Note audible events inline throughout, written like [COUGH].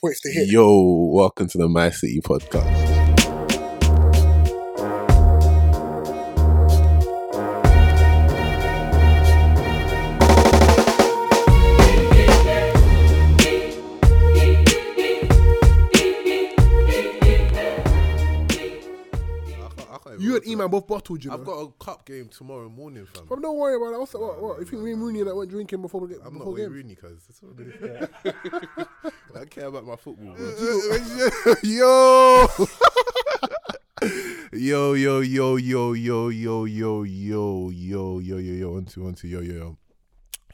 points to hit. Yo, welcome to the My City podcast. You and Eman both bottled, you know. I've got a cup game tomorrow morning, fam. But don't worry about it. What's that? What, what? If you mean Rooney that went drinking before we get I'm not before Wayne game. Rooney, cuz. That's all it is. [LAUGHS] I care about my football. [LAUGHS] bro. yo! yo, yo, yo, yo, yo, yo, yo, yo, yo, yo, yo, yo, on to, on to, yo, yo, yo.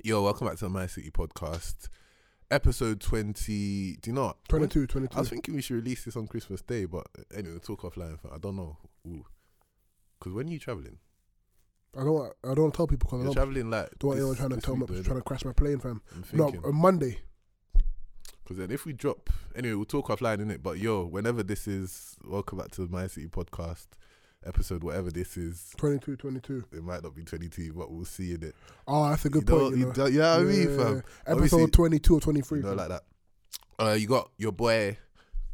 Yo, welcome back to the My City podcast. Episode 20. Do you know what? 22, I was 22. thinking we should release this on Christmas Day, but uh, anyway, we'll talk offline. fam. I don't know. Because when are you traveling? I don't. want- I don't want to tell people You're because I don't, traveling like. don't want anyone this- trying to this tell me week, though, trying to crash my plane, fam. I'm No, thinking. on Monday. Because then if we drop, anyway, we'll talk offline in it. But yo, whenever this is, welcome back to the My City podcast episode, whatever this is. 22, 22. It might not be 22, but we'll see in it. Oh, that's a You good don't- point. You you know. don't- you know what I mean, Yeah, fam? yeah, yeah. Obviously, Episode 22 or You 23. know, fam. like that. Uh, you got your boy,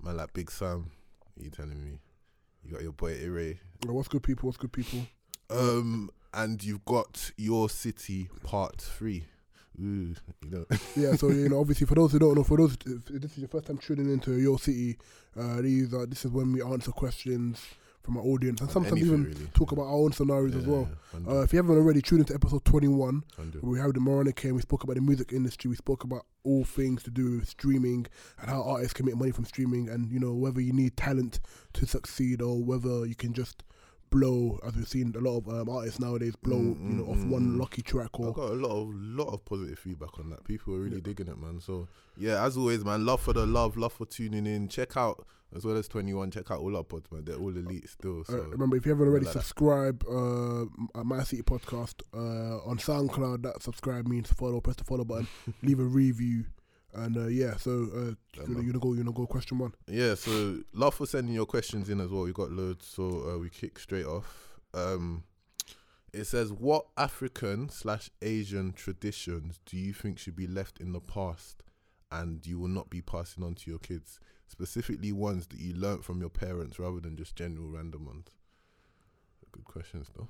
man, like Big Sam. You telling me? You got your boy Ire. Yeah, What's good, people? What's good, people? Um, and you've got your city part three. Ooh, you know. Yeah, so you know, obviously, for those who don't know, for those if this is your first time tuning into your city, uh, these are this is when we answer questions from our audience and sometimes Anything, even really. talk about our own scenarios as Yeah, well. yeah, Uh, 100, if you haven't already tuned into episode 21, 100. where we had the Moronic here, we spoke about the music industry, we spoke about all things to do with streaming and how artists can make money from streaming, and you know whether you need talent to succeed or whether you can just blow, as we've seen a lot of um, artists nowadays blow, Mm, you know, mm, off mm, one mm. lucky track I or got a lot of lot of positive feedback on that. People are really digging it, man. So yeah, as always, man, love for the love, love for tuning in. Check out as well as twenty one. Check out all our pods, man. They're all elite still. So Uh, remember, if you haven't already like that. subscribed uh, at My City Podcast uh, on SoundCloud, that subscribe means follow, press the follow [LAUGHS] button, leave a review, and uh, yeah. So uh, Yeah, you know, man. you know, go, you know, go. Question one. yeah, so love for sending your questions in as well. We got loads, so uh, we kick straight off. Um, it says, "What African slash Asian traditions do you think should be left in the past, and you will not be passing on to your kids? Specifically, ones that you learnt from your parents rather than just general random ones." Good questions, though.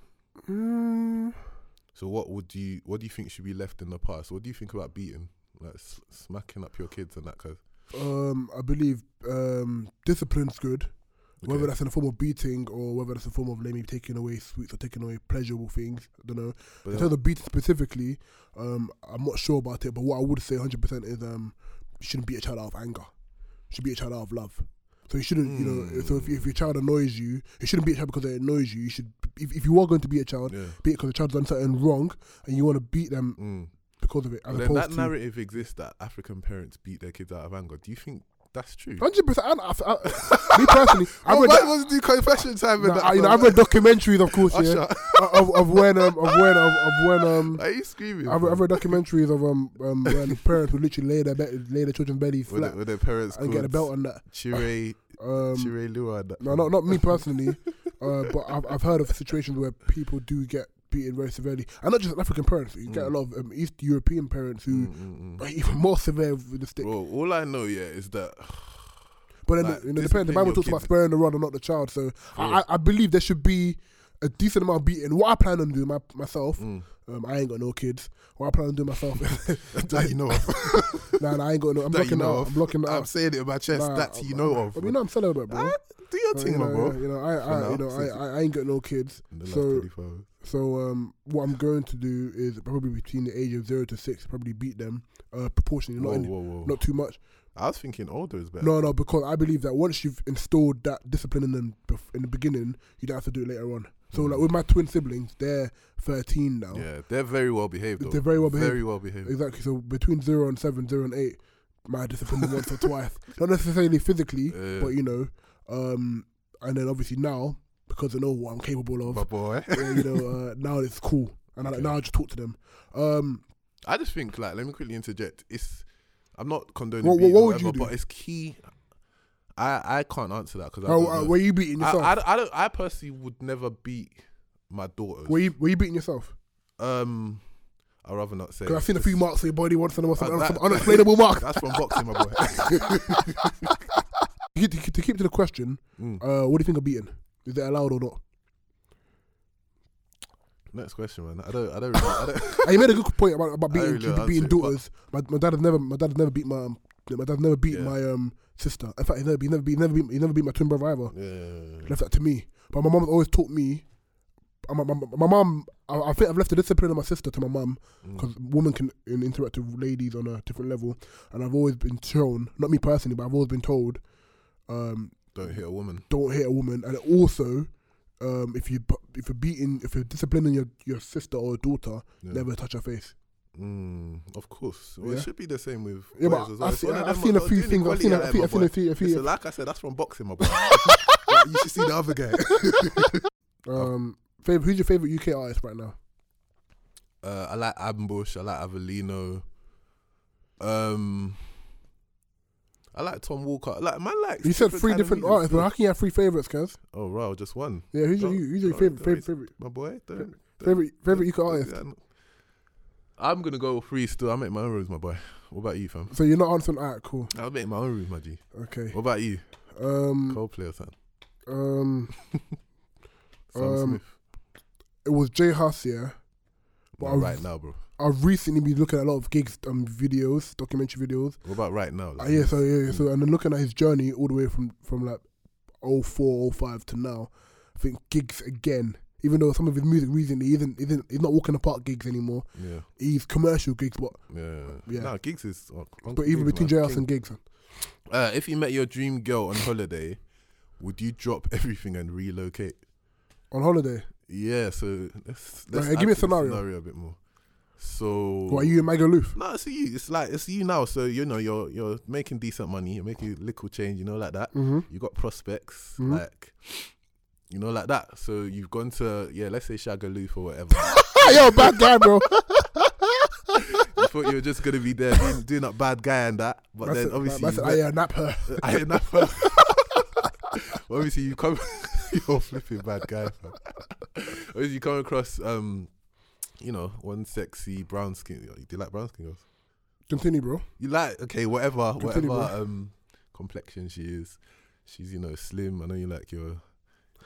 Mm. So, what would you, what do you think should be left in the past? What do you think about beating, like s- smacking up your kids and that kind? Um, I believe um, discipline's good, whether Okay. that's in the form of beating or whether that's in the form of like, maybe taking away sweets or taking away pleasurable things. I don't know. But in [LAUGHS] then- terms of beating specifically, um, I'm not sure about it, but what I would say 100% is um, you shouldn't beat a child out of anger. You should beat a child out of love. So you shouldn't, you know, so if, if your child annoys you, you shouldn't beat a child because it annoys you. You should, if, if you are going to beat a child, Yeah. beat it because the child's done something wrong and you want to beat them Mm. because of it. As But then opposed that to, narrative exists that African parents beat their kids out of anger. Do you think that's true? [LAUGHS] Hundred percent. I, I, [LAUGHS] I, me personally, I've read, that, was the confession time? nah, I, you know, I've read documentaries, of course, yeah, Usher. of, of when, um, of when, of, of when, um, Are you screaming? I've, fam? I've read documentaries of um, um when parents would literally lay their be- lay their children's bellies Were, flat the, were their parents and get a belt called on that. Chire, Um, Chire Lua? and that no, fam? not not me [LAUGHS] personally, uh, but I've I've heard of situations where people do get beaten very severely, and not just African parents. You get a Mm. lot of um, East European parents who Mm, mm, mm. are even more severe with the stick. Bro, all I know, yeah, [LAUGHS] is that [LAUGHS] But then, Like, you know, depends. discipline The Bible your talks about kids. sparing the rod and not the child. So I, I I believe there should be a decent amount of beating. What I plan on doing my, myself, Mm. um, I ain't got no kids. What I plan on doing myself, that you know [LAUGHS] of. nah, nah, I ain't got no. I'm That you blocking know out. of. I'm blocking I'm out. saying it in my chest. Nah, that you I'm- know I'm- of. I mean, I'm celibate, bro. Ah, do your So, thing, you my know, bro. yeah, you know, I, I, now, you know, since- I, I ain't got no kids. In the last So- 24 hours. So um, what I'm going to do is probably between the age of zero to six, probably beat them uh, proportionally, not Whoa, any- whoa, whoa. not too much. I was thinking older is better. No, no, because I believe that once you've installed that discipline in them bef- in the beginning, you don't have to do it later on. So, like with my twin siblings, they're 13 now. Mm. Yeah, they're very well behaved. Though. They're very well behaved. Very well behaved. Exactly. So between zero and seven, zero and eight, my discipline was once or [LAUGHS] twice, not necessarily physically, Yeah. but you know, um, and then obviously now because I know what I'm capable of, my boy. yeah, you [LAUGHS] know, uh, now it's cool, and I, Okay. now I just talk to them. Um, I just think like let me quickly interject. It's I'm not condoning. What- what- beating what or would you whatever, do? But it's key. I I can't answer that because I, how, don't uh, know. were you beating I, yourself? I, don't- I don't. I personally would never beat my daughters. were you were you beating yourself? Um, I'd rather not say. Because I've seen a Just- few marks on your body once and I Uh, some, that- some [LAUGHS] unexplainable marks. That's from boxing, my [LAUGHS] boy. To, to keep to the question, Mm. uh, what do you think of beating? Is that allowed or not? Next question, man. I don't. I don't. Really, [LAUGHS] I don't and you made [LAUGHS] a good point about, about I beating, really don't beating answer it, but- daughters. My, my dad has never my dad has never beat my um, my dad never beat Yeah. my um sister. In fact, he never beat never beat never beat he never beat my twin brother either. yeah, yeah, yeah. Left that to me. But my mum always taught me. and My, my, my mum, I, I think I've left the discipline of my sister to my mum Mm. because women can in, interact with ladies on a different level, and I've always been shown, not me personally, but I've always been told, um, Don't hit a woman. don't hit a woman, and also, um, if you bu- if you're beating, if you're disciplining your, your sister or daughter, Yeah. never touch her face. Mm, of course. Well, Yeah. It should be the same with. Yeah, but boys well. I've It's seen, one of I've them seen a lot few doing things. I've seen, equality I've like seen, that, I've my seen a boy. few, a [LAUGHS] It's- few. Like I said, that's from [LAUGHS] boxing, my boy. Like, you should see the other guy. Um, fav- who's your favorite UK artist right now? Uh, I like Ambush. I like Avellino. Um, I like Tom Walker. I Like man, like You said three kind of different music, artists, but how so- can you have three favorites, Cause Oh wow, just one, Yeah, who's your Don't- who's your don't- favorite don't favorite waste- favorite my boy. Don't, favorite favorite UK don't- artist? don't- I'm gonna go with three still. I make my own rules, my boy. What about you, fam? So you're not answering. Alright, cool. I make my own rules, my G. Okay. What about you? Um, Coldplay or something? um, Sam Um, Smith. it was Jay Huss, yeah. but No, I've- right now, bro. I've recently been looking at a lot of gigs, um, videos, documentary videos. What about right now? Uh, Like, yeah, so yeah, yeah, so and then looking at his journey all the way from from like 04, 05 to now, I think gigs again. Even though some of his music recently isn't isn't he's not walking apart gigs anymore. yeah, He's commercial gigs, but yeah, Yeah. yeah. Nah, gigs is. Oh, but even between JS and gigs, Uh, if you met your dream girl on holiday, would you drop everything and relocate? on holiday. Yeah, so let's, Right, let's give add me a to the scenario. a bit more. So What are you in Magaluf? No, it's you. It's like it's you now. So you know you're you're making decent money. You're making little change. You know like that. [LAUGHS] Mm-hmm. You got prospects Mhm. like. You know, like that. So you've gone to yeah, let's say Shagaloof or [LAUGHS] whatever. Ah, Yo, bad guy, bro. you thought you were just gonna be there being, doing up bad guy and that, but That's then it, obviously that's you it, met- I uh, nap her. I ain't that fella. [LAUGHS] Obviously, you come, [LAUGHS] you're a flipping bad guy. fam. Obviously, you come across, um, you know, one sexy brown skin. Do you like brown skin girls? [LAUGHS] Continue, bro. You like okay, whatever, Continue, whatever um complexion she is. She's you know slim. I know you like your,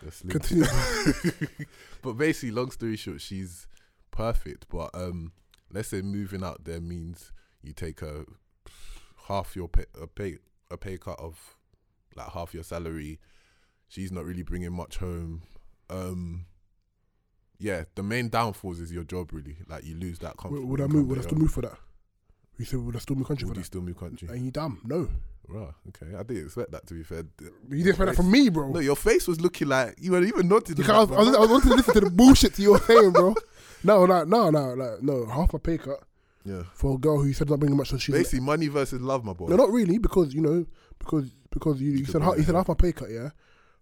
your slim. Continue. [LAUGHS] [LAUGHS] but basically, long story short, she's perfect. But um, let's say moving out there means you take a half your pay, a pay a pay cut of like half your salary. She's not really bringing much home. Um, yeah, the main downfalls is your job really. Like you lose that Would, comfort. would I income move? Would I that still you move for that? You said would I still move earn. country for Would you that? still move country? And you damn no. Right, okay. I didn't expect that to be fair. You didn't find that Face- from me, bro. No, your face was looking like you were even nodding. Because I was, I, was, I was wanting to listen to the bullshit you were saying, [LAUGHS] bro. No, no, no, no, like, no. Half my pay cut yeah. for a girl who you said not bringing much. So she's Basically, money versus love, my boy. no, not really, because you know, because because you, you could said half, bring you it, said yeah. half my pay cut, yeah,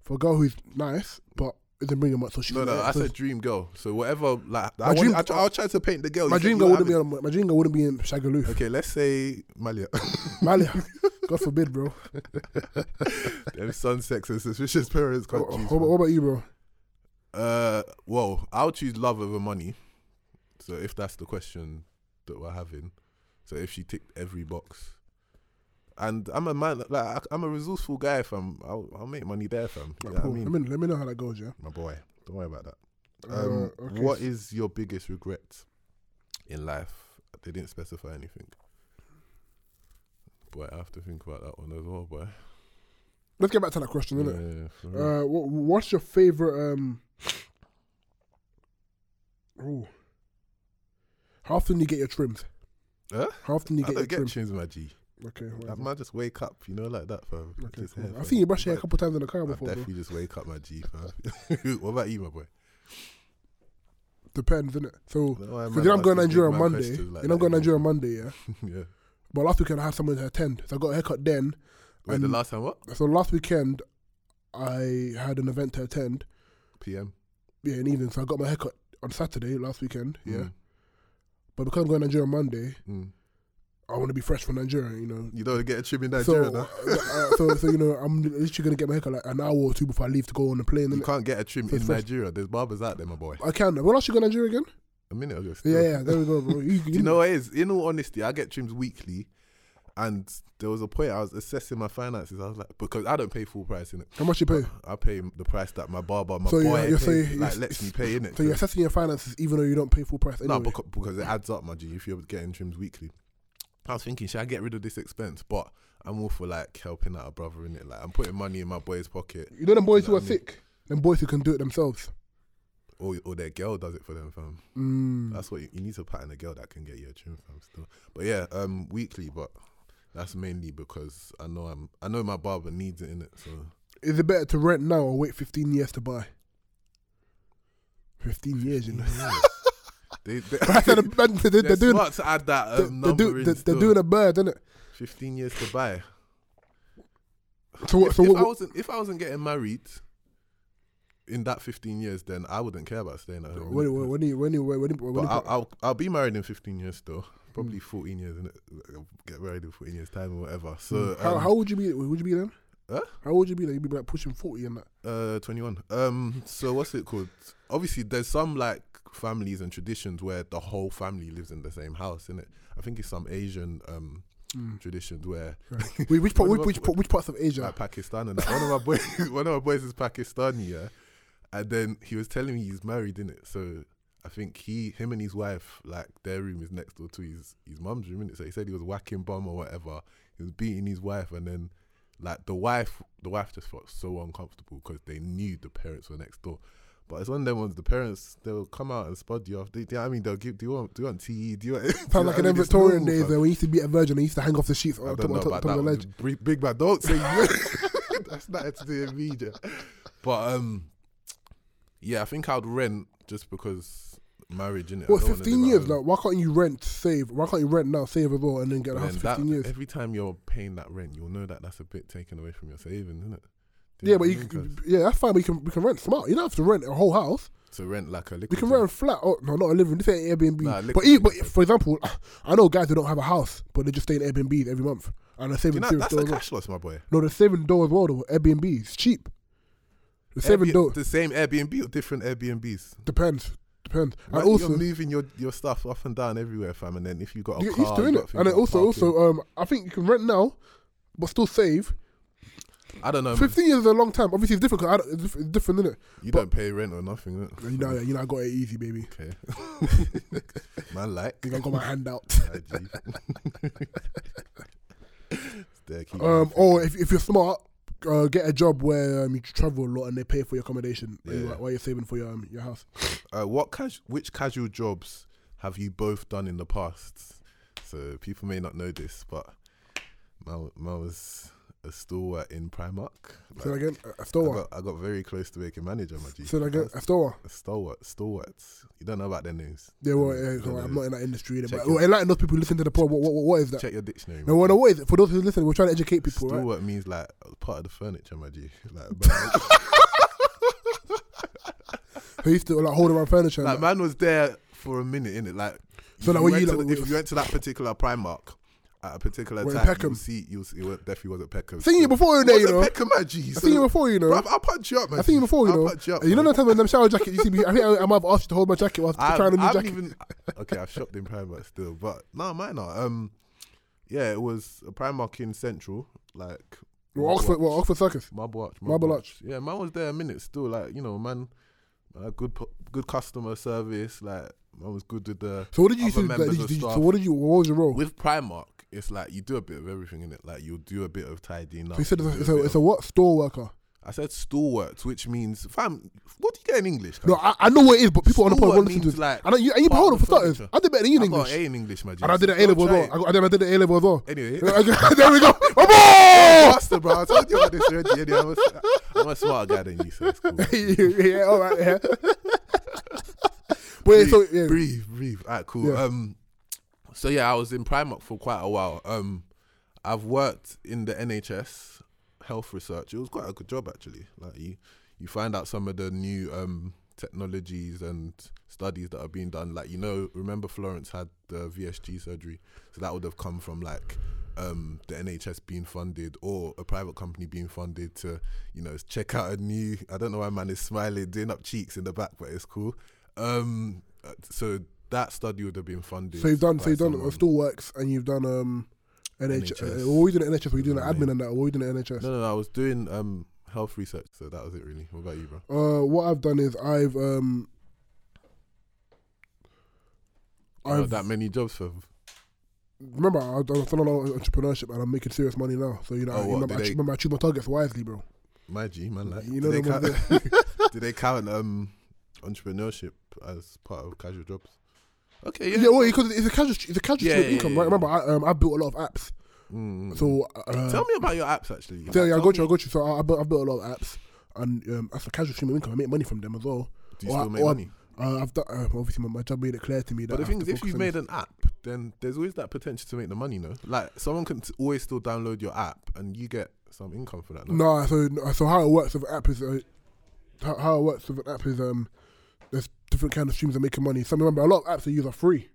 for a girl who's nice but isn't bringing much. So she's No, no, like, I so said dream girl. So whatever, like, My I dream- dream, I, tr- I'll try to paint the girl. my You dream said girl you wouldn't be haven't- on, my dream girl wouldn't be in Shagaloof, [LAUGHS] Okay, let's say Malia. [LAUGHS] Malia. God forbid, bro. Them sun, sex, and suspicious parents can't What, choose. what- what man. about you, bro? Uh, well, I'll choose love over money. So if that's the question that we're having, so if she ticked every box, and I'm a man, like I, I'm a resourceful guy, fam. I'll, I'll make money there, fam. Like, You know what I Paul, mean? let me let me know how that goes, yeah. my boy. Don't worry about that. Uh, Um, okay. What is your biggest regret in life? They didn't specify anything. Boy, I have to think about that one as well, boy. Let's get back to that question, innit? Yeah, for real. Uh, what, what's your favorite? Um, oh, how often do you get your trims? Huh? How often do you I get your don't get trims? chins, my G. Okay, I whatever. might just wake up, you know, like that, fam. okay Just cool. hair, I've fam. seen you brush your hair a Like, couple times in the car I before, bro. definitely just wake up, my G, fam. [LAUGHS] what about you, my boy? Depends, innit? So, No, I'm so mad then I'm about going to these big Nigeria on man Monday. questions like then I'm that, going to you Nigeria on Monday, yeah. [LAUGHS] know. [LAUGHS] yeah. But last weekend I had someone to attend, so I got a haircut then. Wait, the And- last time what? So last weekend I had an event to attend, PM. yeah, in the evening. So I got my haircut on Saturday last weekend, yeah. Mm, But because I'm going to Nigeria on Monday, mm. I want to be fresh for Nigeria, you know. You don't get a trim in so, Nigeria, now. [LAUGHS] uh, so, so you know, I'm literally gonna get my haircut like an hour or two before I leave to go on the plane. You innit? can't get a trim So it's in fresh. Nigeria. There's barbers out there, my boy. I can. When else you go to Nigeria again? a minute ago. still. Yeah, yeah, there we go, bro. You, Do you know what it is? In all honesty, I get trims weekly, and there was a point I was assessing my finances. I was like, because I don't pay full price in it. how much you pay? I pay the price that my barber, my So you're- boy, you're pays, saying- like you're- lets me pay in it. So you're assessing your finances even though you don't pay full price anyway. No, because, because it adds up, my G, if you're getting trims weekly. I was thinking, should I get rid of this expense? But I'm all for like helping out a brother in it. Like I'm putting money in my boy's pocket, you know them boys You who know are what I mean? sick, them boys who can do it themselves. or or their girl does it for them, fam. Mm. That's what you, you need to pattern a girl that can get you a trim, fam. Still, but yeah, um, weekly, but that's mainly because I know I'm, I know my barber needs it in it. So Is it better to rent now or wait 15 years to buy? 15 years, you know. they, [LAUGHS] they, I said, man, they're, [LAUGHS] they're they're doing, smart to add that they're, um, they're, number do, in they're, still. they're doing a bird, isn't it? 15 years to buy. So what? if, So if I what? wasn't if I wasn't getting married in that 15 years, then I wouldn't care about staying at home. When, when, when, you- when, you- when, you- when, but you- Hmm. I'll, I'll I'll be married in 15 years though. Probably 14 years and get married in 14 years time or whatever. So Mm. Hmm. how, um, how old you be? Would you be then? Huh? How old you be? Like you'd be like pushing forty and that. Uh, 21. Um, so what's it called? Obviously, there's some like families and traditions where the whole family lives in the same house, is it? I think it's some Asian um traditions where Wait, which part? Which, What about- which, part- which parts of Asia? like Pakistan and that. one of my boys, [LAUGHS] one of my boys is Pakistani, yeah. And then he was telling me he's married, in it. So I think he, him and his wife, like their room is next door to his his mum's room, innit? So he said he was whacking bum or whatever. He was beating his wife, and then like the wife, the wife just felt so uncomfortable because they knew the parents were next door. But it's one of them ones. The parents they'll come out and spud you off. They, they, I mean, they'll give. Do you want? Do you want tea? Do you want? [LAUGHS] do you know Sound like what I in them mean? It's Victorian normal, days fam. when we used to be a virgin, they used to hang off the sheets I on top, don't know on top, about on top of the that. ledge. Big, big man, don't say you. [LAUGHS] That's nothing to do with me, yeah. But um, yeah, I think I'd rent just because marriage, innit? I What, don't wanna fifteen live at years? home. Like, why can't you rent, save? Why can't you rent now, save as well, and then get a But house then for that- fifteen years? Every time you're paying that rent, you'll know that that's a bit taken away from your savings, isn't it? Yeah, but you, c- yeah, that's fine. We can we can rent smart. You don't have to rent a whole house. to rent like a We liquid. can rent a flat. Oh no, not a living. This ain't Airbnb. Nah, but liquid e- but is good. for example, [CLEARS THROAT] I know guys who don't have a house, but they just stay in Airbnbs every month, and they're You saving know, serious that's dough a as well. cash loss, my boy. No, they're saving dough as well. Though Airbnb, it's cheap. The saving Airbnb- dough the same Airbnb or different Airbnbs. depends. Depends. And Like, also, you're moving your, your stuff up and down everywhere, fam. And then if you got a you get car, used to you it, got things and then like also, parking. also, um, I think you can rent now, but still save. I don't know. man. Fifteen years is a long time. Obviously, it's different. 'cause I don't- it's diff- it's different, isn't it? You But- don't pay rent or nothing. innit? You know, you know, I got it easy, baby. Okay. [LAUGHS] Man, I like. think I got my hand out. [LAUGHS] There, keep [LAUGHS] Um, laughing. or if, if you're smart, uh, get a job where um, you travel a lot and they pay for your accommodation while you- Yeah. while you're saving for your um, your house. uh, what cas- which casual jobs have you both done in the past? So people may not know this, but man, man was a steward in Primark. Say that Like, again, a a I stalwart. uh, got, I got very close to making manager, my G. Say that I again, was a stalwart. a stalwart, stalwarts. You don't know about their names. Yeah, Don't well, know- yeah, don't so I'm know. not in that industry. Either, Check but your- oh, enlighten those people who listen to the pod. What, what, what is that? Check your dictionary. No, man. well, no, what is it? For those who listen, we're trying to educate people, right? Steward means like part of the furniture, my G. [LAUGHS] Like, [LAUGHS] man, Who used to like hold around furniture. and Like that. man was there for a minute, innit? Like, So, if like, you when went you, to like, the- if w- you went to that particular Primark at a particular We're in time, Peckham. you'll see, you'll see, it definitely wasn't Peckham. Seen you before, you It know. You wasn't know. Peckham, my G. I've seen you before, you know. Bruv, I'll punch you up, man. I've seen you before, you I'll know. punch you up. And you know man. that time when them shower jacket you see me? I think I, I might have asked you to hold my jacket while I was I, trying a new I jacket. haven't even. Okay, I've shopped in Primark still, but no, might not. Um, yeah, it was a Primark in Central, like Well, Oxford, well, Oxford Circus. Marble Arch. Marble Arch. Yeah, man was there a minute still. Like you know, man, uh, good pu- good customer service. Like man was good with the So what did you Other see? Like, members did you, of did you, so staff. what did you? What was your role? with Primark. It's like you do a bit of everything in it. Like you'll do a bit of tidying up. So you said you'll it's a, do it's a a, bit it's a of- what store worker? I said stalwart, which means fam. What do you get in English? No, fam? I, I know what it is, but people on the pod Stalwart won't listen to means it. like I know you. And you part hold on of for the starters. furniture. I did better than you in I got English, A in English, my G. and I did an A Don't level as try well. it. I, got, and I did an A level as well. [LAUGHS] [LAUGHS] Anyway, there we go. [LAUGHS] Bravo! Buster, bro. I told you about this already. Anyway, I'm, a, I'm a smarter guy than you, so [LAUGHS] it's cool. yeah, all right. [LAUGHS] Yeah. Wait, so yeah. breathe, breathe. All right, cool. Yeah. Um, so yeah, I was in Primark for quite a while. Um, I've worked in the NHS health research. It was quite a good job actually. Like you, you find out some of the new um technologies and studies that are being done. Like you know, remember Florence had the VSG surgery, so that would have come from like. Um, the NHS being funded or a private company being funded to, you know, check out a new. I don't know why man is smiling, doing up cheeks in the back, but it's cool. Um, uh, so that study would have been funded. So you've done, so by you've done someone. it still works, and you've done um, NH- NHS. Uh, what were you doing at NHS? Were you doing Yeah, an admin and that? Or were you doing at NHS? No, no, no. I was doing um health research, so that was it really. What about you, bro? Uh, what I've done is I've um, Not I've Oh, that many jobs for. remember I've done, I've done a lot of entrepreneurship, and I'm making serious money now. So you know, Oh, I, what, remember, did I, they- remember I choose my targets wisely, bro. My G, man, like. you know, do, they them count, ones [LAUGHS] that- do they count um entrepreneurship as part of casual jobs? Okay, yeah. yeah, well, because it's a casual, it's a casual Yeah, stream of yeah, income, yeah, right? yeah. Remember, I um, I built a lot of apps, Mm. so uh, tell me about your apps, actually. So yeah, I Tell got you, I me- got you. So I, I built, I built a lot of apps, and um, that's a casual stream of income. I make money from them as well. Do you or- still make or- money? Uh, I've done, uh, obviously my, my job made it clear to me that. But the I thing have is, to if focus you've on made this. an app, then there's always that potential to make the money, no? Like, someone can t- always still download your app and you get some income for that, no? Nah, so so how it works with an app is uh, how, how it works with an app is um there's different kind of streams that making money. Some remember a lot of apps they use are free.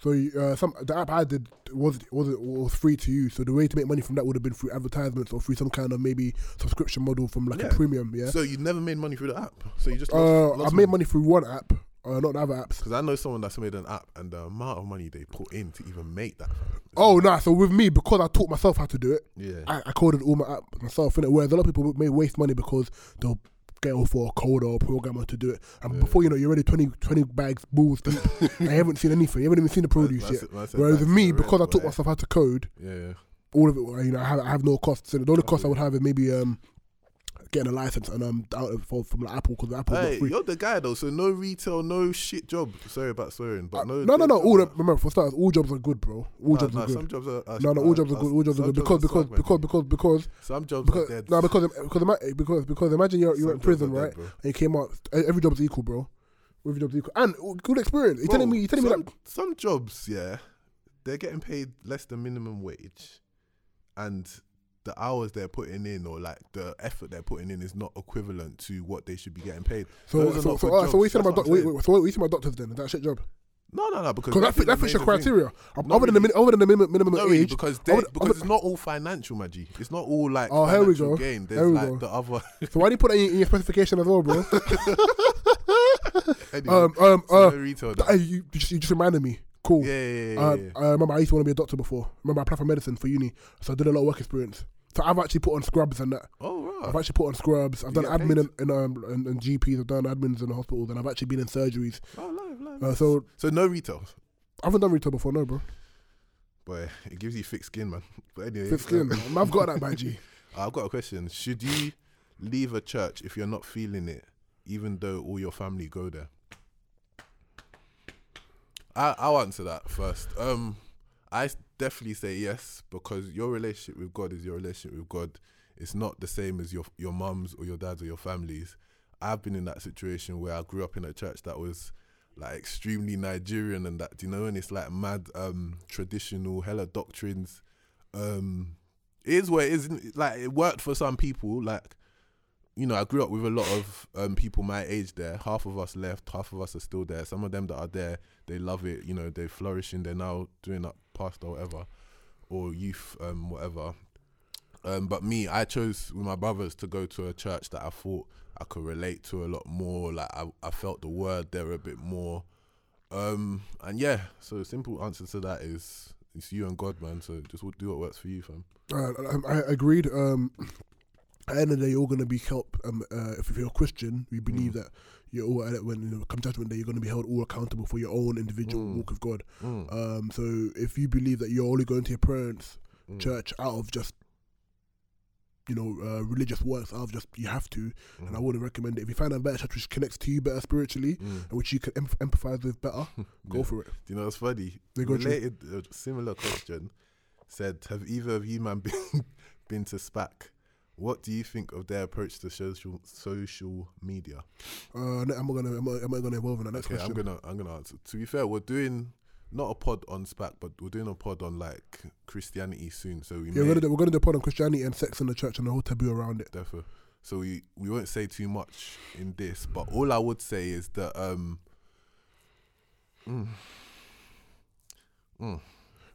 So you- uh, some the app I did was was was free to use. So the way to make money from that would have been through advertisements or through some kind of maybe subscription model from like Yeah. a premium. Yeah. So you never made money through the app. So you just uh, lost, I made money through one app, uh, not the other apps. because I know someone that's made an app and the amount of money they put in to even make that. fam, is Oh nah, so with me because I taught myself how to do it, Yeah. I, I coded all my app myself in it. Whereas a lot of people may waste money because they'll get off for a coder or a programmer to do it. And Yeah. before you know, you're already 20, 20 bags balls [LAUGHS] deep. and you haven't seen anything. You haven't even seen the produce That's- yet. that's- that's- Whereas that's me, the because I rent, taught boy. myself how to code, Yeah, yeah. all of it, you know, I have, I have no costs. And the only cost I Okay. would have is maybe um, getting a license and um, out of, for, from like Apple because Apple Hey, not free. you're the guy though, so no retail, no shit job. Sorry about swearing, but Uh, no. no, no, no. All the, the remember, for starters, all jobs are good, bro. All jobs are Some good. jobs are. are No, no, all jobs are good. All jobs are some good because jobs because suck, because man. because because some jobs because are dead. no because because ima- eh, because because imagine you're you're Some Oh, in jobs prison are dead, right bro. and you came out eh, every job's equal bro every job's equal and oh, good experience you're telling Bro, me you're telling some, me that some jobs, yeah, they're getting paid less than minimum wage, and the hours they're putting in or like the effort they're putting in is not equivalent to what they should be getting paid. so Those are so not so, good alright, so what you jobs, said about that's doc- what wait, I'm wait, so what you said about doctors then is that shit job No, no, no, because because that, fit, that the fits your major thing. criteria Um, No, other than the min- other than the minimum minimum No, really, age because I they, would- I because would- it's not all financial, Maggie. It's not all like Oh, here we financial go. gain. There's Here we like go. the [LAUGHS] other. [LAUGHS] so why do you put that in, in your specification as well bro anyway, um um so uh no retail. th- then. you, you just you just reminded me cool yeah, yeah, yeah, yeah, Uh, yeah. I remember I used to want to be a doctor before. Remember I applied for medicine for uni, so I did a lot of work experience. So I've actually put on scrubs and that. oh, right. I've actually put on scrubs. I've You done get admin and, and, um, and, and GPs. I've done admins in the hospitals, and I've actually been in surgeries. oh, live, live. Uh, so so no retail. I haven't done retail before, no, bro. Boy, it gives you thick skin, man. But anyway, Fit skin. Um, I've [LAUGHS] got that by G. I've got a question. Should you leave a church if you're not feeling it, even though all your family go there? I, I'll answer that first. Um, I s- definitely say yes because your relationship with God is your relationship with God. It's not the same as your your mums or your dads or your families. I've been in that situation where I grew up in a church that was like extremely Nigerian and that, do you know, and it's like mad um traditional hella doctrines. Um it is what it is isn't it? like it worked for some people, like you know, I grew up with a lot of um, people my age there. Half of us left, half of us are still there. Some of them that are there, they love it. You know, they're flourishing. They're now doing up pastor, or whatever, or youth, um, whatever. Um, but me, I chose with my brothers to go to a church that I thought I could relate to a lot more. Like I, I felt the word there a bit more. Um, and yeah, so the simple answer to that is it's you and God, man. So just do what works for you, fam. Uh, I, I agreed. Um, at the end of the day, you're all going to be helped. Um, uh, if you're a Christian, we believe Mm. that you're all at it when you know, come judgment day, you're going to be held all accountable for your own individual Mm. walk with God. Mm, Um, so if you believe that you're only going to your parents' mm, church out of just you know, uh, religious works out of just you have to, mm, and I wouldn't recommend it. If you find a better church which connects to you better spiritually, mm. and which you can em- empathize with better, [LAUGHS] go Yeah. for it. Do you know what's funny? They got you. Related, uh, similar question. Said, have either of you man [LAUGHS] been been to SPAC? What do you think of their approach to social social media? Uh, no, I'm not gonna, I'm not, I'm not gonna involve in that next okay, question. I'm gonna I'm gonna answer. To be fair, we're doing not a pod on SPAC, but we're doing a pod on like Christianity soon. So we yeah, we're may gonna, do, we're gonna do a pod on Christianity and sex in the church and the whole taboo around [LAUGHS] it. Defo. So we we won't say too much in this, but all I would say is that um. mm. Mm.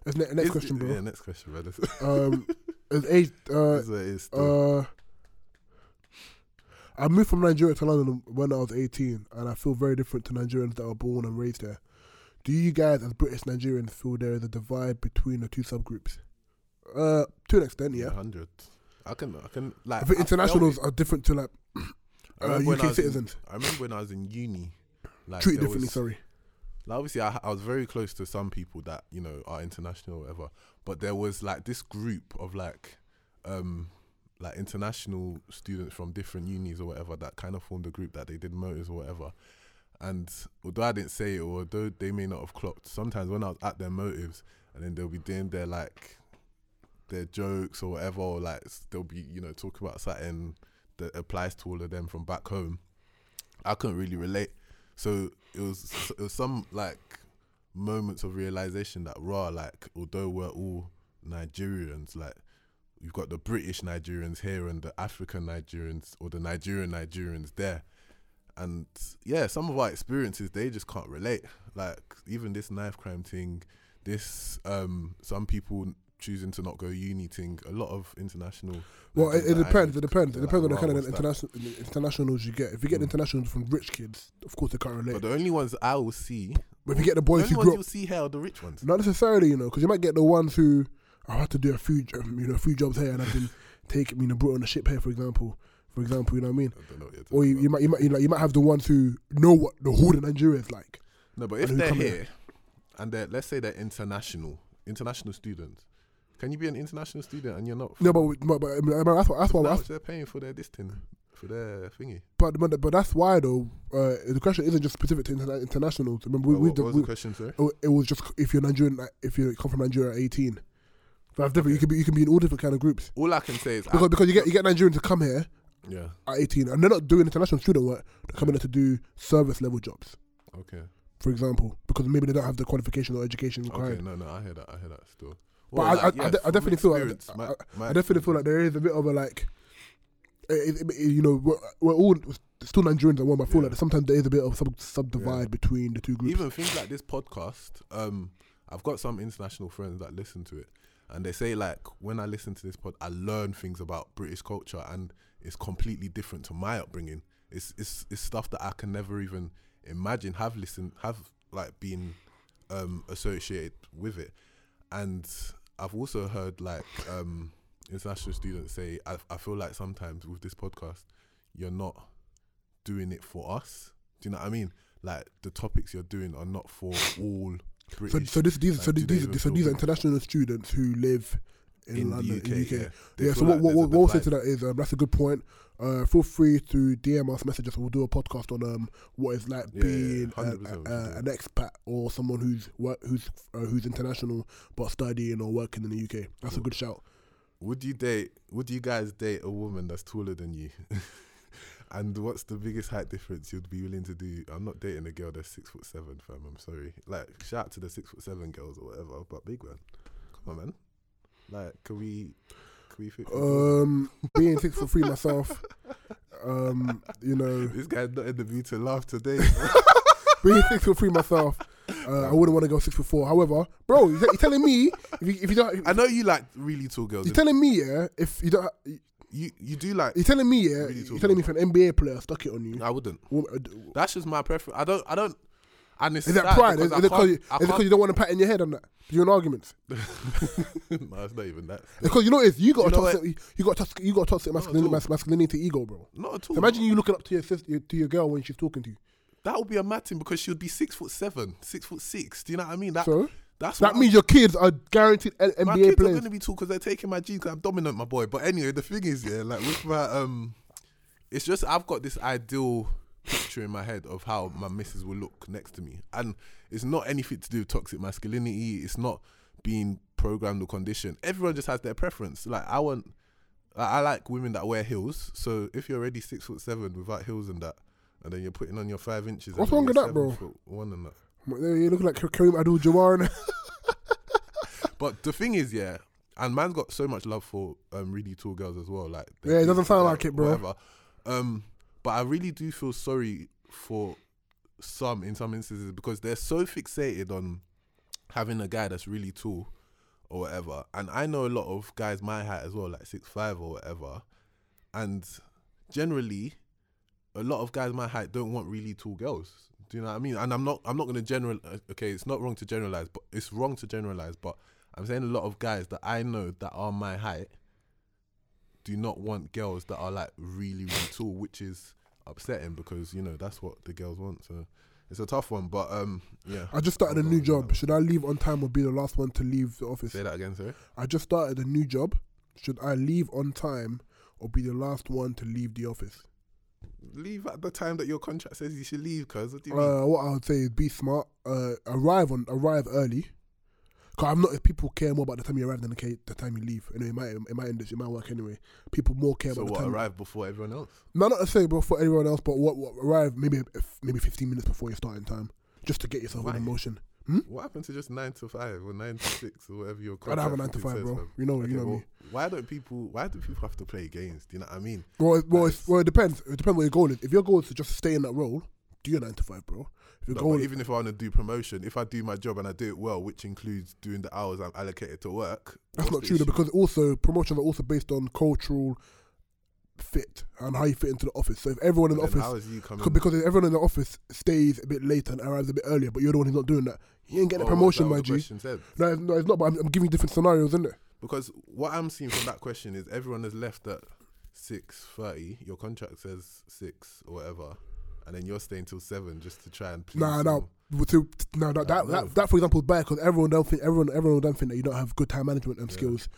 That's ne- next Is- question, bro. Yeah, next question, brother. [LAUGHS] Um, as age, uh, That's what it is still. uh, I moved from Nigeria to London when I was 18, and I feel very different to Nigerians that were born and raised there. Do you guys, as British Nigerians, feel there is a divide between the two subgroups? Uh, to an extent, yeah. hundred. I can, I can like. I think I felt internationals it. are different to like I uh, remember when I UK was in- citizens. I remember when I was in uni. Like, Treated there differently. was- sorry, Like obviously, I, I was very close to some people that you know are international or whatever. But there was like this group of like, um, like international students from different unis or whatever that kind of formed a group that they did motors or whatever. And although I didn't say it, or although they may not have clocked, sometimes when I was at their motives, and then they'll be doing their like, their jokes or whatever, or like s- they'll be you know talking about something that applies to all of them from back home. I couldn't really relate. So it was it was some like moments of realization that raw like although we're all Nigerians like you've got the British Nigerians here and the African Nigerians or the Nigerian Nigerians there and yeah some of our experiences they just can't relate like even this knife crime thing this um some people choosing to not go uni thing a lot of international well, it, it Nigerians depends. that It I depends. know, It depends on the like, kind "Rah, of what's that?" international internationals you get. If you get Mm. internationals from rich kids, of course they can't relate. but But, the only ones I will see Eh. if you get the the boys only who ones grew up you'll see here are the rich ones Not necessarily, you know, because you might get the ones who "Oh, I had to do a few, jo- you know, a few jobs here, and I've been [LAUGHS] taking, you know, brought on a ship here, for example, for example, you know what I mean. I don't know what you're Or talking you, you might, about. you might, you know, you might have the ones who know what the whole of Nigeria is like. No, but And if who they're come here. here and they're let's say they're international, international students, can you be an international student and you're not? No, but we- but, but I mean, that's why, that's why, How that's, much they're paying for their this thing, for their thingy. but, but but that's why though. Uh, the question isn't just specific to interna- internationals. Remember, we, Oh, we, what, what was we the question, sir? it wa- Oh, it was just if you're Nigerian, like, if you come from Nigeria at 18. But that's different. You could be, you can be in all different kind of groups All I can say is, I- because because you get you get Nigerians to come here yeah, at 18 and they're not doing international student work they're coming here to do service level jobs okay, for example because maybe they don't have the qualification or education required okay, no, no, I hear that, I hear that still. But I- I- I de- I from definitely feel like- experience, my- my i definitely feel like there is a bit of a like it, it, it- you know we're, we're all still nigerians at one but i feel Yeah. like sometimes there is a bit of sub subdivide Yeah. between the two groups even things like this podcast um i've got some international friends that listen to it and they say like when i listen to this pod i learn things about british culture and it's completely different to my upbringing it's it's, it's stuff that i can never even imagine have listened have like been um associated with it and i've also heard like um international students say i, I feel like sometimes with this podcast you're not doing it for us do you know what i mean like the topics you're doing are not for all so, British so this these like, so do these, they these, so even feel these are good? international students who live in, in, london the UK. in the uk Yeah, They Yeah, feel so like what, what, there's what a we'll say to divide. that is um, that's a good point. Uh, feel free to DM us, message us, and we'll do a podcast on um, what it's like Yeah, yeah, yeah, being uh, 100% we should uh, do an expat or someone who's work, who's uh, who's international but studying or working in the UK. That's a Cool. good shout. Would you date? Would you guys date a woman that's taller than you? [LAUGHS] and what's the biggest height difference you'd be willing to do? I'm not dating a girl that's six foot seven, fam. I'm sorry. Like shout out to the six foot seven girls or whatever, but big man, come on, man. Like, can we? Can we fit? Um, being six foot three myself, um, you know, this guy's not in the mood to laugh today. [LAUGHS] being six foot three myself, uh, I wouldn't want to go six foot four. However, bro, you're telling me if you, if you don't, I know you like really tall girls. you're telling me yeah, if you don't, You you do like. you're telling me yeah, Really you're talking. telling me if an NBA player stuck it on you. I wouldn't. woman- uh, That's just my preference. I don't. I don't. And it's Is that sad pride? Is, because is I it because can't- you, I is it 'cause can't- you don't want to pat in your head on that? You're in arguments. [LAUGHS] no, it's not even that. It's because you know it's you got You a know toxic, you got a toxic, you got a toxic Not at masculinity, all. mas- masculinity ego, bro. Not at So all. imagine you looking up to your sister, to your girl when she's talking to you. that would be a mad thing because she would be six foot seven, six foot six. Do you know what I mean? That, So that's that what means your kids are guaranteed L- I, my NBA kids are players. going to be tall because they're taking my genes. i I'm dominant, my boy. But anyway, the thing is, yeah, like with my um, it's just I've got this ideal picture in my head of how my missus will look next to me, and it's not anything to do with toxic masculinity. It's not being programmed or conditioned. Everyone just has their preference. Like I want, I, I like women that wear heels. So if you're already six foot seven without heels and that. And then you're putting on your five inches. and What's then wrong you're with that, seven bro? foot One and that. You look like Kareem Abdul-Jabbar. [LAUGHS] But the thing is, yeah, and man's got so much love for um, really tall girls as well. Like, Yeah, it doesn't sound like it, bro. Whatever. Um, but I really do feel sorry for some in some instances because they're so fixated on having a guy that's really tall or whatever. And I know a lot of guys my height as well, like six five or whatever. And generally, a lot of guys my height don't want really tall girls. Do you know what I mean? And I'm not I'm not gonna general. uh, Okay, it's not wrong to generalize, but it's wrong to generalize. But I'm saying a lot of guys that I know that are my height do not want girls that are like really really tall, which is upsetting because you know that's what the girls want. So it's a tough one, but um yeah. [LAUGHS] I just started a I'll go new with job. that. Should I leave on time or be the last one to leave the office? Say that again, sorry. I just started a new job. Should I leave on time or be the last one to leave the office? Leave at the time that your contract says you should leave, cause what do you mean? Uh, what I would say is be smart. Uh, arrive on arrive early. Cause I've noticed people care more about the time you arrive than the, ca- the time you leave. Anyway, it might it might end this, it might work anyway. People more care so about the what? time. Arrive before everyone else. No, not necessarily before anyone else, but what, what arrive maybe if- maybe fifteen minutes before your starting time, just to get yourself in Why? in motion. What happened to just nine to five or nine to six or whatever your I don't contract have a nine to fucking five, says, bro. fam? You know, Okay, you know well, me. Why don't people? Why do people have to play games? Do you know what I mean? Well, it, well, That it's, is- well, it depends. It depends what your goal is. If your goal is to just stay in that role, do your nine to five, bro. If your No, goal, but even if I want to do promotion, if I do my job and I do it well, which includes doing the hours I'm allocated to work, that's what's not the true though, issue? because also promotions are also based on cultural fit and how you fit into the office. So if everyone in the office, Then how is you coming? c- because if everyone in the office stays a bit later and arrives a bit earlier, but you're the one who's not doing that, you ain't Oh, getting is a promotion, that what my the G. question said? No, it's- no, it's not. But I'm, I'm giving different scenarios, isn't it? Because what I'm seeing from that question is everyone has left at six thirty. Your contract says six or whatever, and then you're staying till seven just to try and please. Nah, them. no. With the- no, that, that, no. that, that, for example, is bad because everyone don't think everyone everyone don't think that you don't have good time management and Yeah. skills.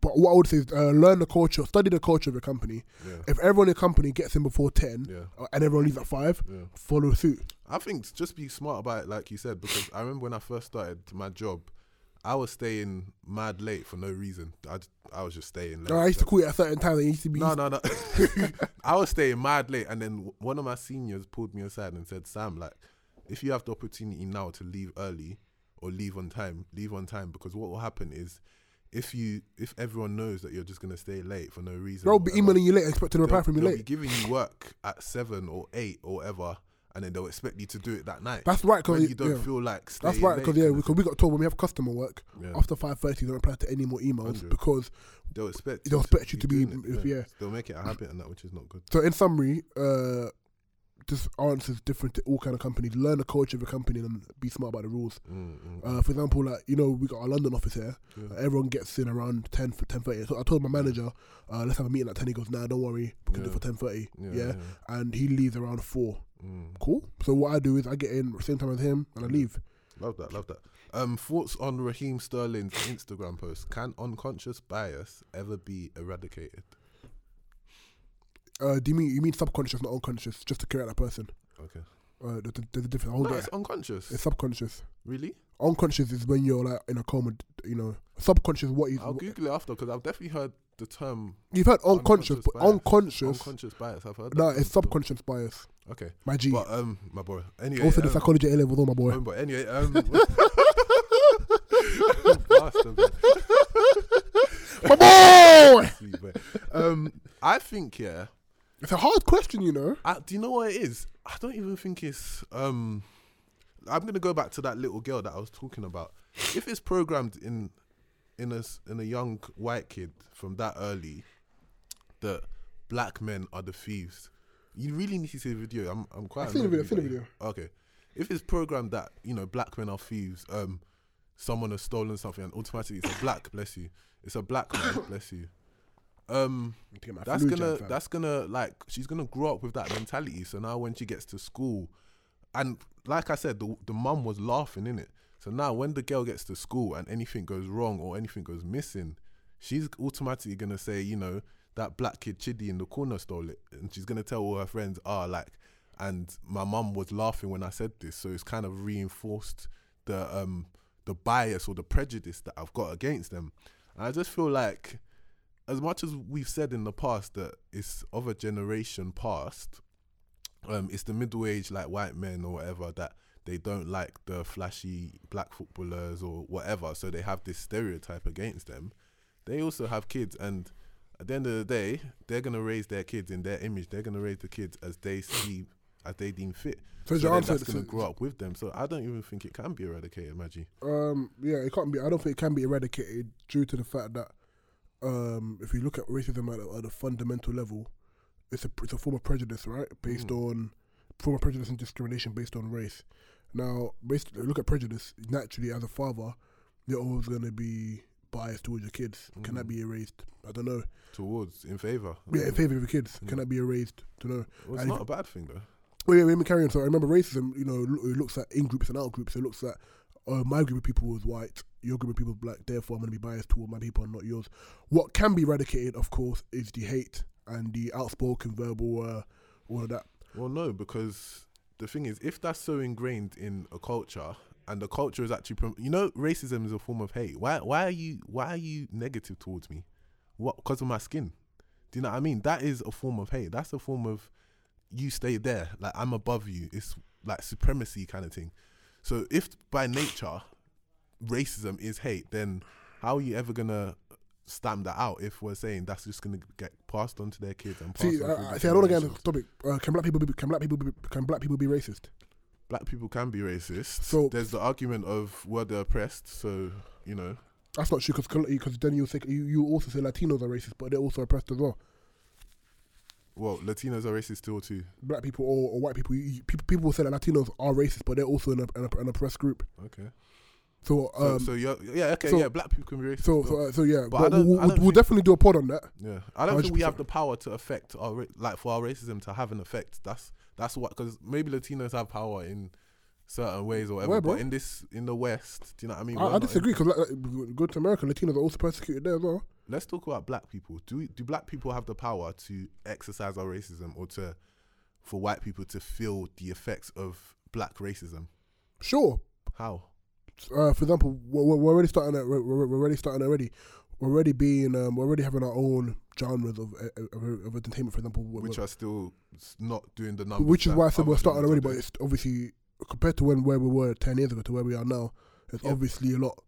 But what I would say is uh, learn the culture, study the culture of your company. Yeah, If everyone in the company gets in before ten yeah, uh, and everyone leaves at five, yeah. follow suit. I think just be smart about it, like you said, because I remember when I first started my job, I was staying mad late for no reason. I, j- I was just staying late. Oh, I used to call you at certain times and you used to be. no, no, [LAUGHS] no. I was staying mad late, and then w- one of my seniors pulled me aside and said, "Sam, like, if you have the opportunity now to leave early or leave on time, leave on time, because what will happen is." If you, if everyone knows that you're just gonna stay late for no reason, Bro, or be whatever, emailing you late, expecting a reply they'll, from you they'll late. be giving you work at seven or eight or whatever, and then they'll expect you to do it that night That's right, when because you don't yeah, feel like that's staying right, late because yeah, kinda because we thing. got told when we have customer work Yeah. after five thirty, don't reply to any more emails Hundred. because. they'll expect they'll expect you to be- doing if- yeah. they'll make it a habit and that which is not good. So in summary, uh, this answer is different to all kind of companies. Learn the culture of a company and be smart about the rules. Mm, mm, Uh, for example, like you know, we got our London office here. yeah. Everyone gets in around ten for ten thirty. So I told my manager, uh, let's have a meeting at ten. He goes, Nah, don't worry, we can do it Yeah. for ten thirty. Yeah. Yeah, and he leaves around four. Mm. Cool. So what I do is I get in same time as him and I leave. Love that, love that. Um, thoughts on Raheem Sterling's Instagram post? Can unconscious bias ever be eradicated? Uh, do you mean you mean subconscious, not unconscious? Just to carry out that person. Okay. Uh, there's, there's a difference. I won't No, get it's it. unconscious. It's subconscious. really? Unconscious is when you're like in a coma. You know, subconscious. What is I'll Google it after because I've definitely heard the term You've heard unconscious, but Unconscious bias. unconscious. unconscious bias. I've heard. No, that it's term before. subconscious bias. Okay, My G. but um, my boy. Anyway, also, the um, psychology A level, though, my boy. Um, but anyway, um, [LAUGHS] Bastard, man. my boy! Sweet boy. Um, I think yeah. It's a hard question, you know. I, do you know what it is? I don't even think it's. Um, I'm gonna go back to that little girl that I was talking about. If it's programmed in, in a s- in a young white kid from that early, that black men are the thieves. You really need to see the video. I'm I'm quite. I've seen the annoyed video, I've with seen the you, but- Okay, if it's programmed that you know black men are thieves, um, someone has stolen something and automatically it's a black. bless you. It's a black man. [COUGHS] bless you. Um, that's gonna that's gonna like she's gonna grow up with that mentality. So now when she gets to school, and like I said, the the mum was laughing in it. So now when the girl gets to school and anything goes wrong or anything goes missing, she's automatically gonna say, you know, that black kid Chidi in the corner stole it, and she's gonna tell all her friends, ah, like, and my mum was laughing when I said this. So it's kind of reinforced the um the bias or the prejudice that I've got against them. And I just feel like as much as we've said in the past that it's of a generation past, um, it's the middle aged like white men or whatever that they don't like the flashy black footballers or whatever, so they have this stereotype against them. They also have kids, and at the end of the day, they're gonna raise their kids in their image. They're gonna raise the kids as they see, as they deem fit. So is So your then answer that's gonna so- grow up with them. So I don't even think it can be eradicated, Maggie. Um, yeah, it can't be. I don't think it can be eradicated due to the fact that um, if you look at racism at a, at a fundamental level, it's a it's a form of prejudice, right? Based on form of prejudice and discrimination based on race. Now, based look at prejudice naturally as a father, you're always going to be biased towards your kids. Can that be erased? I don't know. towards in favor. Yeah, in favor of your kids. Can that be erased? Don't know. Well, it's And not a bad thing though. Wait, wait, wait, let me carry on. So I remember racism, you know, lo- it looks at in groups and out groups. It looks at uh, my group of people is white, your group of people is black, therefore I'm going to be biased toward my people and not yours. What can be eradicated, of course, is the hate and the outspoken verbal, uh, all of that. Well, no, because the thing is, if that's so ingrained in a culture, and the culture is actually, prom- you know, racism is a form of hate. Why? Why are you? Why are you negative towards me? What? Because of my skin? Do you know what I mean? That is a form of hate. That's a form of you stay there. Like I'm above you. It's like supremacy kind of thing. So if by nature racism is hate, then how are you ever gonna stamp that out if we're saying that's just gonna get passed on to their kids and passed See, on I, I- through see, I don't want to get on generations? the topic. Uh, can black people be? Can black people be? Can black people be racist? black people can be racist. So- there's the argument of were they oppressed, so you know. That's not true because then you'll say you, you also say Latinos are racist, but they're also oppressed as well. Well, Latinos are racist still too. Black people or, or white people, you, you- people, people will say that Latinos are racist, but they're also an, an, an oppressed group. Okay. So, So, um, so you're, yeah, okay, so- yeah, black people can be racist. So, as well. so, uh, so yeah, But I but we'll, don't- I we'll, don't we'll think- definitely do a pod on that. yeah, I don't think we 100%. have the power to affect our ra- like for our racism to have an effect. That's that's what because maybe Latinos have power in certain ways or whatever. Where, bro? but in this in the West, do you know what I mean? We're I, I not in- disagree because like, like, go to America, Latinos are also persecuted there as well. let's talk about black people. Do we, do black people have the power to exercise our racism or to for white people to feel the effects of black racism? Sure. How? Uh, for example, we're, we're we're already starting. At, we're, we're we're already starting already. We're already being. Um, we're already having our own genres of uh, of, of entertainment. For example, we're- which we're- are still s- not doing the numbers. which is that why I said other we're starting things are already. But doing. it's obviously compared to when where we were ten years ago to where we are now, it's Yeah. obviously a lot.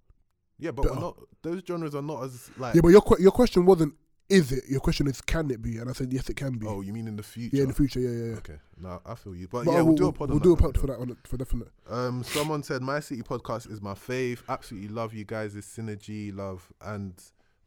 yeah, but we're better. not. Those genres are not as like. Yeah, but your que- your question wasn't is it? Your question is can it be? And I said yes, it can be. oh, you mean in the future? yeah, in the future. Yeah, yeah. yeah. Okay, no, I feel you. But, But yeah, I we'll, will- do a pod. We'll on do a that pod for that on, for definite. Um, someone said my city podcast is my fave. Absolutely love you guys. This synergy, love, and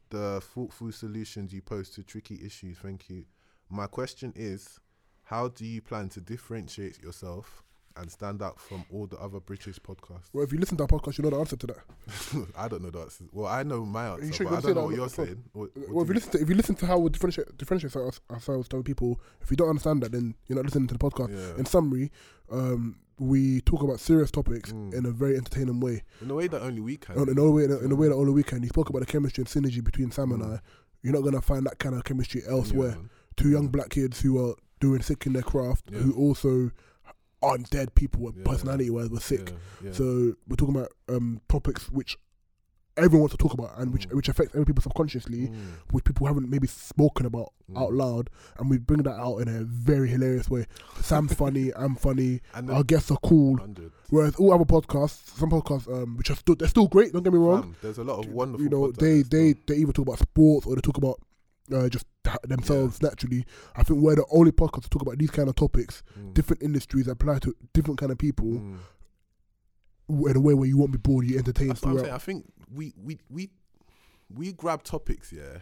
the thoughtful solutions you post to tricky issues. Thank you. My question is, how do you plan to differentiate yourself and stand out from all the other British podcasts? Well, if you listen to our podcast, you know the answer to that. [LAUGHS] I don't know the answer. Well, I know my answer, sure you but I gotta say don't know that what on you're the pod? saying. What- what Well, if do you listen to if you listen to how we differentiate differentiate ourselves, ourselves to other people, if you don't understand that, then you're not listening to the podcast. Yeah. In summary, um, we talk about serious topics Mm. in a very entertaining way. In a way that only we can. In, in a way, in a, in Mm. a way that all the weekend, he spoke about the chemistry and synergy between Sam and I. You're not gonna find that kind of chemistry elsewhere. man. Two young black kids who are doing sick in their craft, Mm. Yeah. who also aren't dead people, Yeah. personality wise, were sick. Yeah, yeah. So we're talking about um, topics which everyone wants to talk about and which Mm. which affects every people subconsciously, Mm. which people haven't maybe spoken about Mm. out loud, and we bring that out in a very hilarious way. Sam's funny, [LAUGHS] I'm funny, and our then guests are cool. 100. Whereas all other podcasts, some podcasts um, which are still they're still great. Don't get me wrong. Fam, there's a lot of wonderful. you know podcasts they now. they they either talk about sports or they talk about. Uh, just th- themselves naturally. I think we're the only podcast to talk about these kind of topics. Mm. Different industries apply to different kind of people Mm. in a way where you won't be bored. You entertain That's what I'm saying. throughout. I think we we we we grab topics yeah,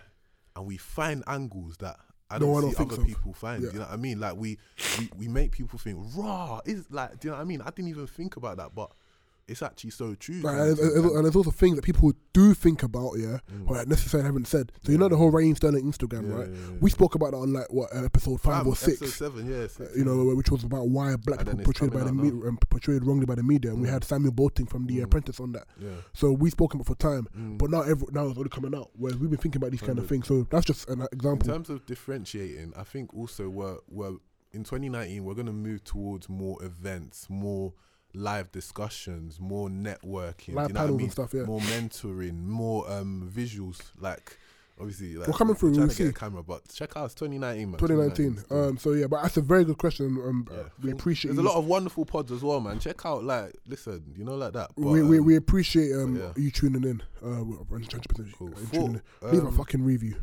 and we find angles that. I No, don't I see don't think other so. people find. Yeah. You know what I mean? Like we, we, we make people think raw is like. Do you know what I mean? I didn't even think about that, but it's actually so true. Like, kind and, of there's, thing. and- and there's also things that people do think about, yeah, Mm. but necessarily haven't said. So you know the whole Raheem Sterling Instagram, Yeah, right? yeah, yeah. We spoke about that on like what episode five Fam, or six, uh, episode seven, yeah, six, you know, yeah. which was about why black And then people it's portrayed by the coming out Mm. media, um, portrayed wrongly by the media, and we had Samuel Bolting from The Apprentice on that. Yeah. So we spoke about for time, Mm. but now every, now it's only coming out. Whereas we've been thinking about these kind of things. So that's just an In example. terms of differentiating, I think also we're, we're in 2019 we're going to move towards more events, more live discussions, more Live networking, you know what I panels and mean? stuff, yeah. More mentoring, more um, visuals. Like obviously, like, We're coming through, trying we'll to get a see. camera, but check out it's 2019, man. 2019. 's cool. Um, so yeah, but that's a very good question. Um, Yeah. we appreciate. There's you. a lot of wonderful pods as well, man. Check out like listen, you know, like that. But, we, we, um, we appreciate um, yeah. you tuning in. Uh, we're 100% Cool. tuning Thought, in. Leave a um, fucking review.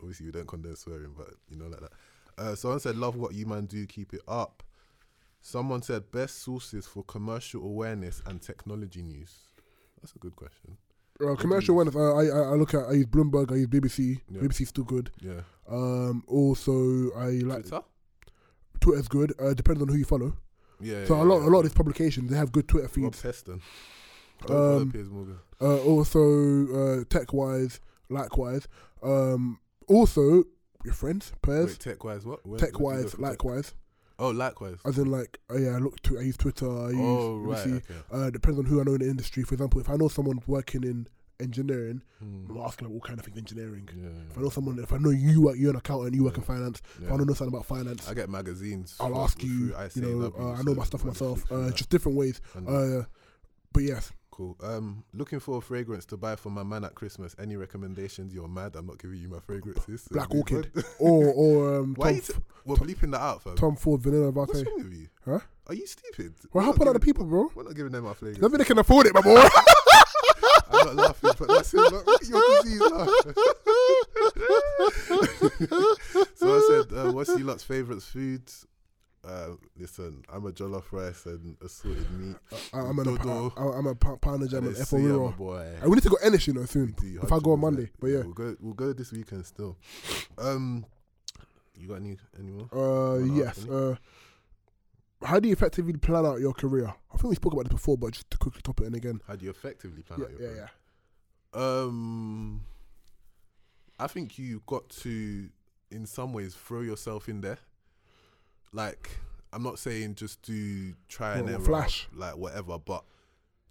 obviously we don't condemn swearing, but you know like that. Uh, someone said, "Love what you man do, keep it up." Someone said, "Best sources for commercial awareness and technology news." That's a good question. Uh, commercial you ones. Uh, I, I I look at. I use Bloomberg. I use BBC. Yeah. BBC's still good. Yeah, Um, also I like Twitter. Twitter. Twitter's good. Uh, depends on who you follow. Yeah. So yeah, a lot, a yeah. lot of these publications they have good Twitter Rob feeds. Heston. Don't follow Um, Piers Morgan. uh, also, uh, tech wise, likewise. Um, also, your friends, pairs, Wait, tech wise, what? Where- tech where do you go wise, for tech? likewise. Oh, likewise. As in, like, oh yeah, I look to, I use Twitter. I use, Oh, let me right. see. Okay. Uh, depends on who I know in the industry. For example, if I know someone working in engineering, Hmm. I'm asking them all kind of things engineering. Yeah, If I know someone, if I know you work, you're an accountant, you work in finance. If yeah. I want to know something about finance, I get magazines. I'll from- ask you. through You know, ICAW, uh, I know my so stuff I Mm. just myself. look through Uh, that. just different ways. And- Uh, but yes, Cool. Um, looking for a fragrance to buy for my man at Christmas. Any recommendations? You're mad. I'm not giving you my fragrances. So Black move Orchid [LAUGHS] on. or or um, Why Tom, you F- t- we're bleeping that out, fam? Tom Ford Vanilla What's Latte. wrong with you? Huh? Are you stupid? We're not helping other giving- people, bro. We're not giving them our flavors. Doesn't mean they can afford it, my [LAUGHS] boy. I'm not laughing, but that's it. Look, Your disease. [LAUGHS] [LAUGHS] so I said, uh, "What's you lot's favorite foods?" Uh, listen, I'm a jollof rice and assorted meat. I- I'm, an, Dodo. I, I'm a pa- pounder jam And and then F.O. see ya, my Roll. boy. And we need to go Ennis, you know, soon. Do, If I go on 100%. Monday, but yeah. we'll go. We'll go this weekend still. Um, you got any any more? Uh, Wanna ask yes. me? Uh, how do you effectively plan out your career? I think we spoke about this before, but just to quickly top it in again. How do you effectively plan Yeah, out your yeah, career? yeah. Um, I think you got to, in some ways, throw yourself in there. Like, I'm not saying just do try and What, error, flash? like whatever, but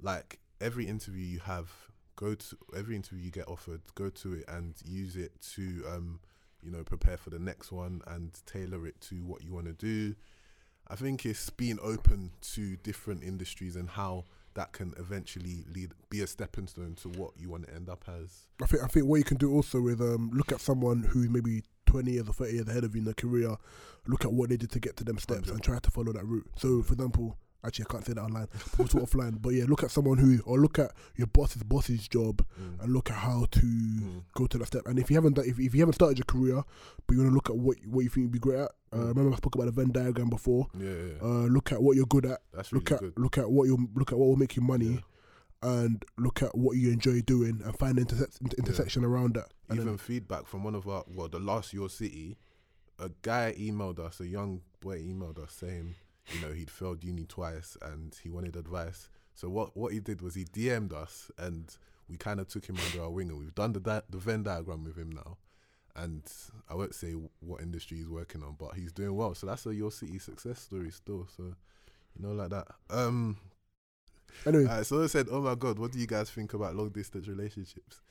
like every interview you have, go to every interview you get offered, go to it and use it to, um, you know, prepare for the next one and tailor it to what you want to do. I think it's being open to different industries and how that can eventually lead be a stepping stone to what you want to end up as. I think I think what you can do also is um, look at someone who's maybe twenty years or thirty years ahead of you in their career, look at what they did to get to them steps and try to follow that route. So for example, actually I can't say that online, but we'll talk offline. But yeah, look at someone who or look at your boss's boss's job Mm. and look at how to go to that step. And if you haven't done, if, if you haven't started your career, but you want to look at what what you think you'd be great at, uh, Mm. remember I spoke about the Venn diagram before. Yeah, yeah, yeah. Uh, look at what you're good at. that's really Look at good. look at what you look at what will make you money, Yeah. and look at what you enjoy doing, and find interse- inter- intersection around that. And Even then, feedback from one of our well, the last your city, a guy emailed us, a young boy emailed us saying, you know, he'd failed uni twice and he wanted advice. So what what he did was he DM'd us and we kind of took him under our wing and we've done the di- the Venn diagram with him now. And I won't say what industry he's working on, but he's doing well. So that's a your city success story still. So you know, like that. Um, anyway, alright, so I said, oh my god, what do you guys think about long distance relationships?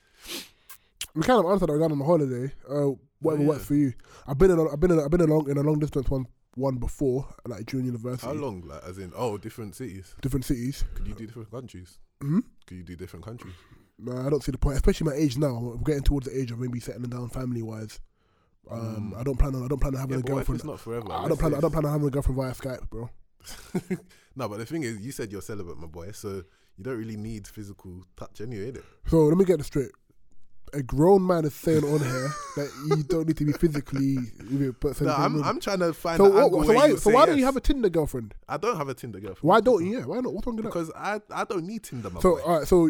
we kind of answered that regarding the holiday. Uh, whatever yeah. works for you. I've been in a, I've been in a, I've been in a long in a long distance one one before, like during university. How long, like, as in, oh, different cities? Different cities. Could you do different countries? hmm Could you do different countries? Nah, I don't see the point, especially my age now. I'm getting towards the age of maybe settling down family wise. Um, Mm. I don't plan on I don't plan on having Yeah, a but what if girlfriend. it's not forever? I don't Let's plan say I don't plan on having a girlfriend via Skype, bro. it's- [LAUGHS] no, but the thing is, you said you're celibate, my boy, so you don't really need physical touch anyway, innit? So let me get this straight. A grown man is saying on here that you don't need to be physically. But No, I'm, I'm trying to find so, an angle what, so where why, you'll so say why don't you yes. have a Tinder girlfriend? I don't have a Tinder girlfriend. Why don't you? Yeah, why not? What's wrong with that? Because I, I don't need Tinder, my So boy. all right, so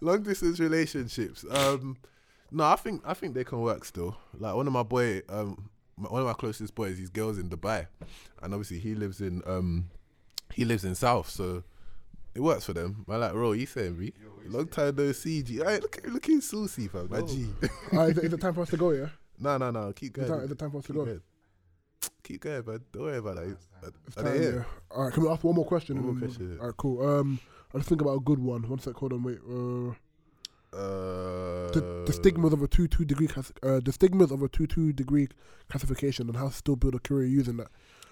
long distance relationships. Um, no, I think I think they can work still. Like one of my boy, um, my- one of my closest boys, his girls in Dubai, and obviously he lives in um, he lives in South, so it works for them. I like, bro, you saying me? Long time no see, G. Hey, look, looking saucy, fam. My G. [LAUGHS] all right, is, it, is it time for us to go? Yeah, no, no, no. Keep is, going. that, is it time for us to keep go? going. Keep going, man. Don't worry about that. Are, Time, they yeah. here? All right, can we ask one more question? One and more then- question, yeah. All right, cool. Um, I just think about a good one. One sec, hold on, wait. Uh, Uh, the, the stigmas of a two two degree class, uh, the stigmas of a two two degree classification and how to still build a career using that.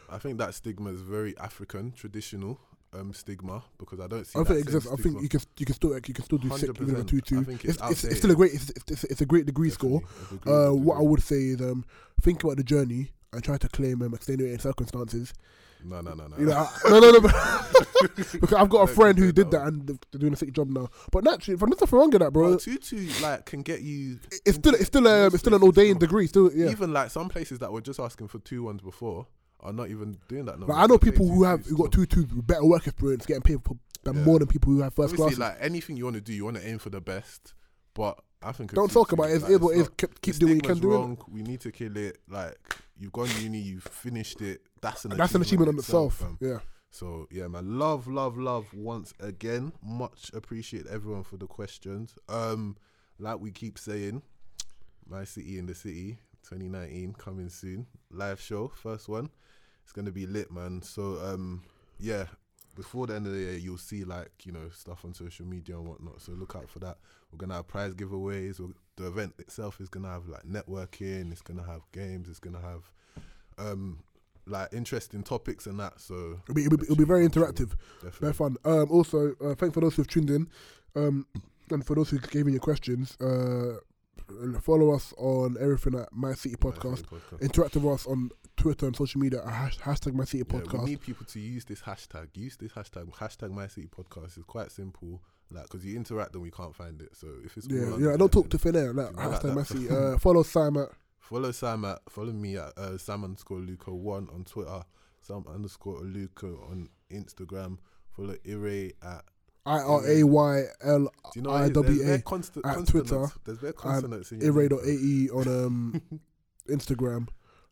I think that stigma is very African traditional um, stigma because I don't I see. don't that think it same exists. I think E stigma. you can you can still you can still do sick even with a 100%. two two. I think It's, it's it's, it's still a outdated. great it's, it's, it's a great degree score. Definitely, I'd agree Uh, with what I you. would say is um, think about the journey and try to claim um, extenuating circumstances. No, no, no, no. You know, I, no, no, no. [LAUGHS] because I've got I a don't friend who think they're did that that and they're doing a sick job now. But naturally, from nothing wrong with that, bro. Well, tutu like can get you. It's still it's still um, it's still an ordained degree. Still, yeah. Even like some places that were just asking for two ones before are not even doing that. No But I know people who have who got two twos with better work experience getting paid for than Yeah. more than people who have first Obviously, class. like anything you want to do, you want to aim for the best. But I think a Don't talk tutu, about it. It's, like, is what it is. not- Keep, keep the doing what you stigma's can do. innit? wrong. We need to kill it. Like You've gone uni. You've finished it. That's an That's an achievement on itself. fam. Yeah. So yeah, man, love, love, love once again. Much appreciate everyone for the questions. Um, like we keep saying, my city in the city, 2019 coming soon. Live show, first one. It's gonna be lit, man. So um, yeah, before the end of the year, you'll see like you know stuff on social media and whatnot. So look out for that. We're gonna have prize giveaways. we the event itself is gonna have like networking. It's gonna have games. It's gonna have um like interesting topics and that. So It'll be, it'll be, it'll be very interactive. Definitely. Very fun. Um, also, uh, thanks for those who've tuned in, um, and for those who gave in your questions. Uh, follow us on everything at My City Podcast. Interact with us on Twitter and social media at hash- hashtag My City Yeah, Podcast. we need people to use this hashtag. Use this hashtag. Hashtag My City Podcast is quite simple. Like, because you interact and we can't find it. So if it's all yeah, under yeah. there, Don't talk then to thin air. Like, You know, like hashtag that. My City. Uh, follow Sam at Follow Sam at follow me at uh, Sam underscore Luca one on Twitter. Sam underscore Luca on Instagram. Follow Ire at I R A Y L do you know I what it is? There's W their A consta- at consonants. Twitter, There's their consonants in your Ire name, dot bro. A E on um, Instagram.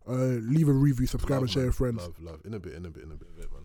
Uh, leave a review, subscribe, Love, and share man. with friends. Love, love. In a bit, in a bit, in a bit, in a bit, man.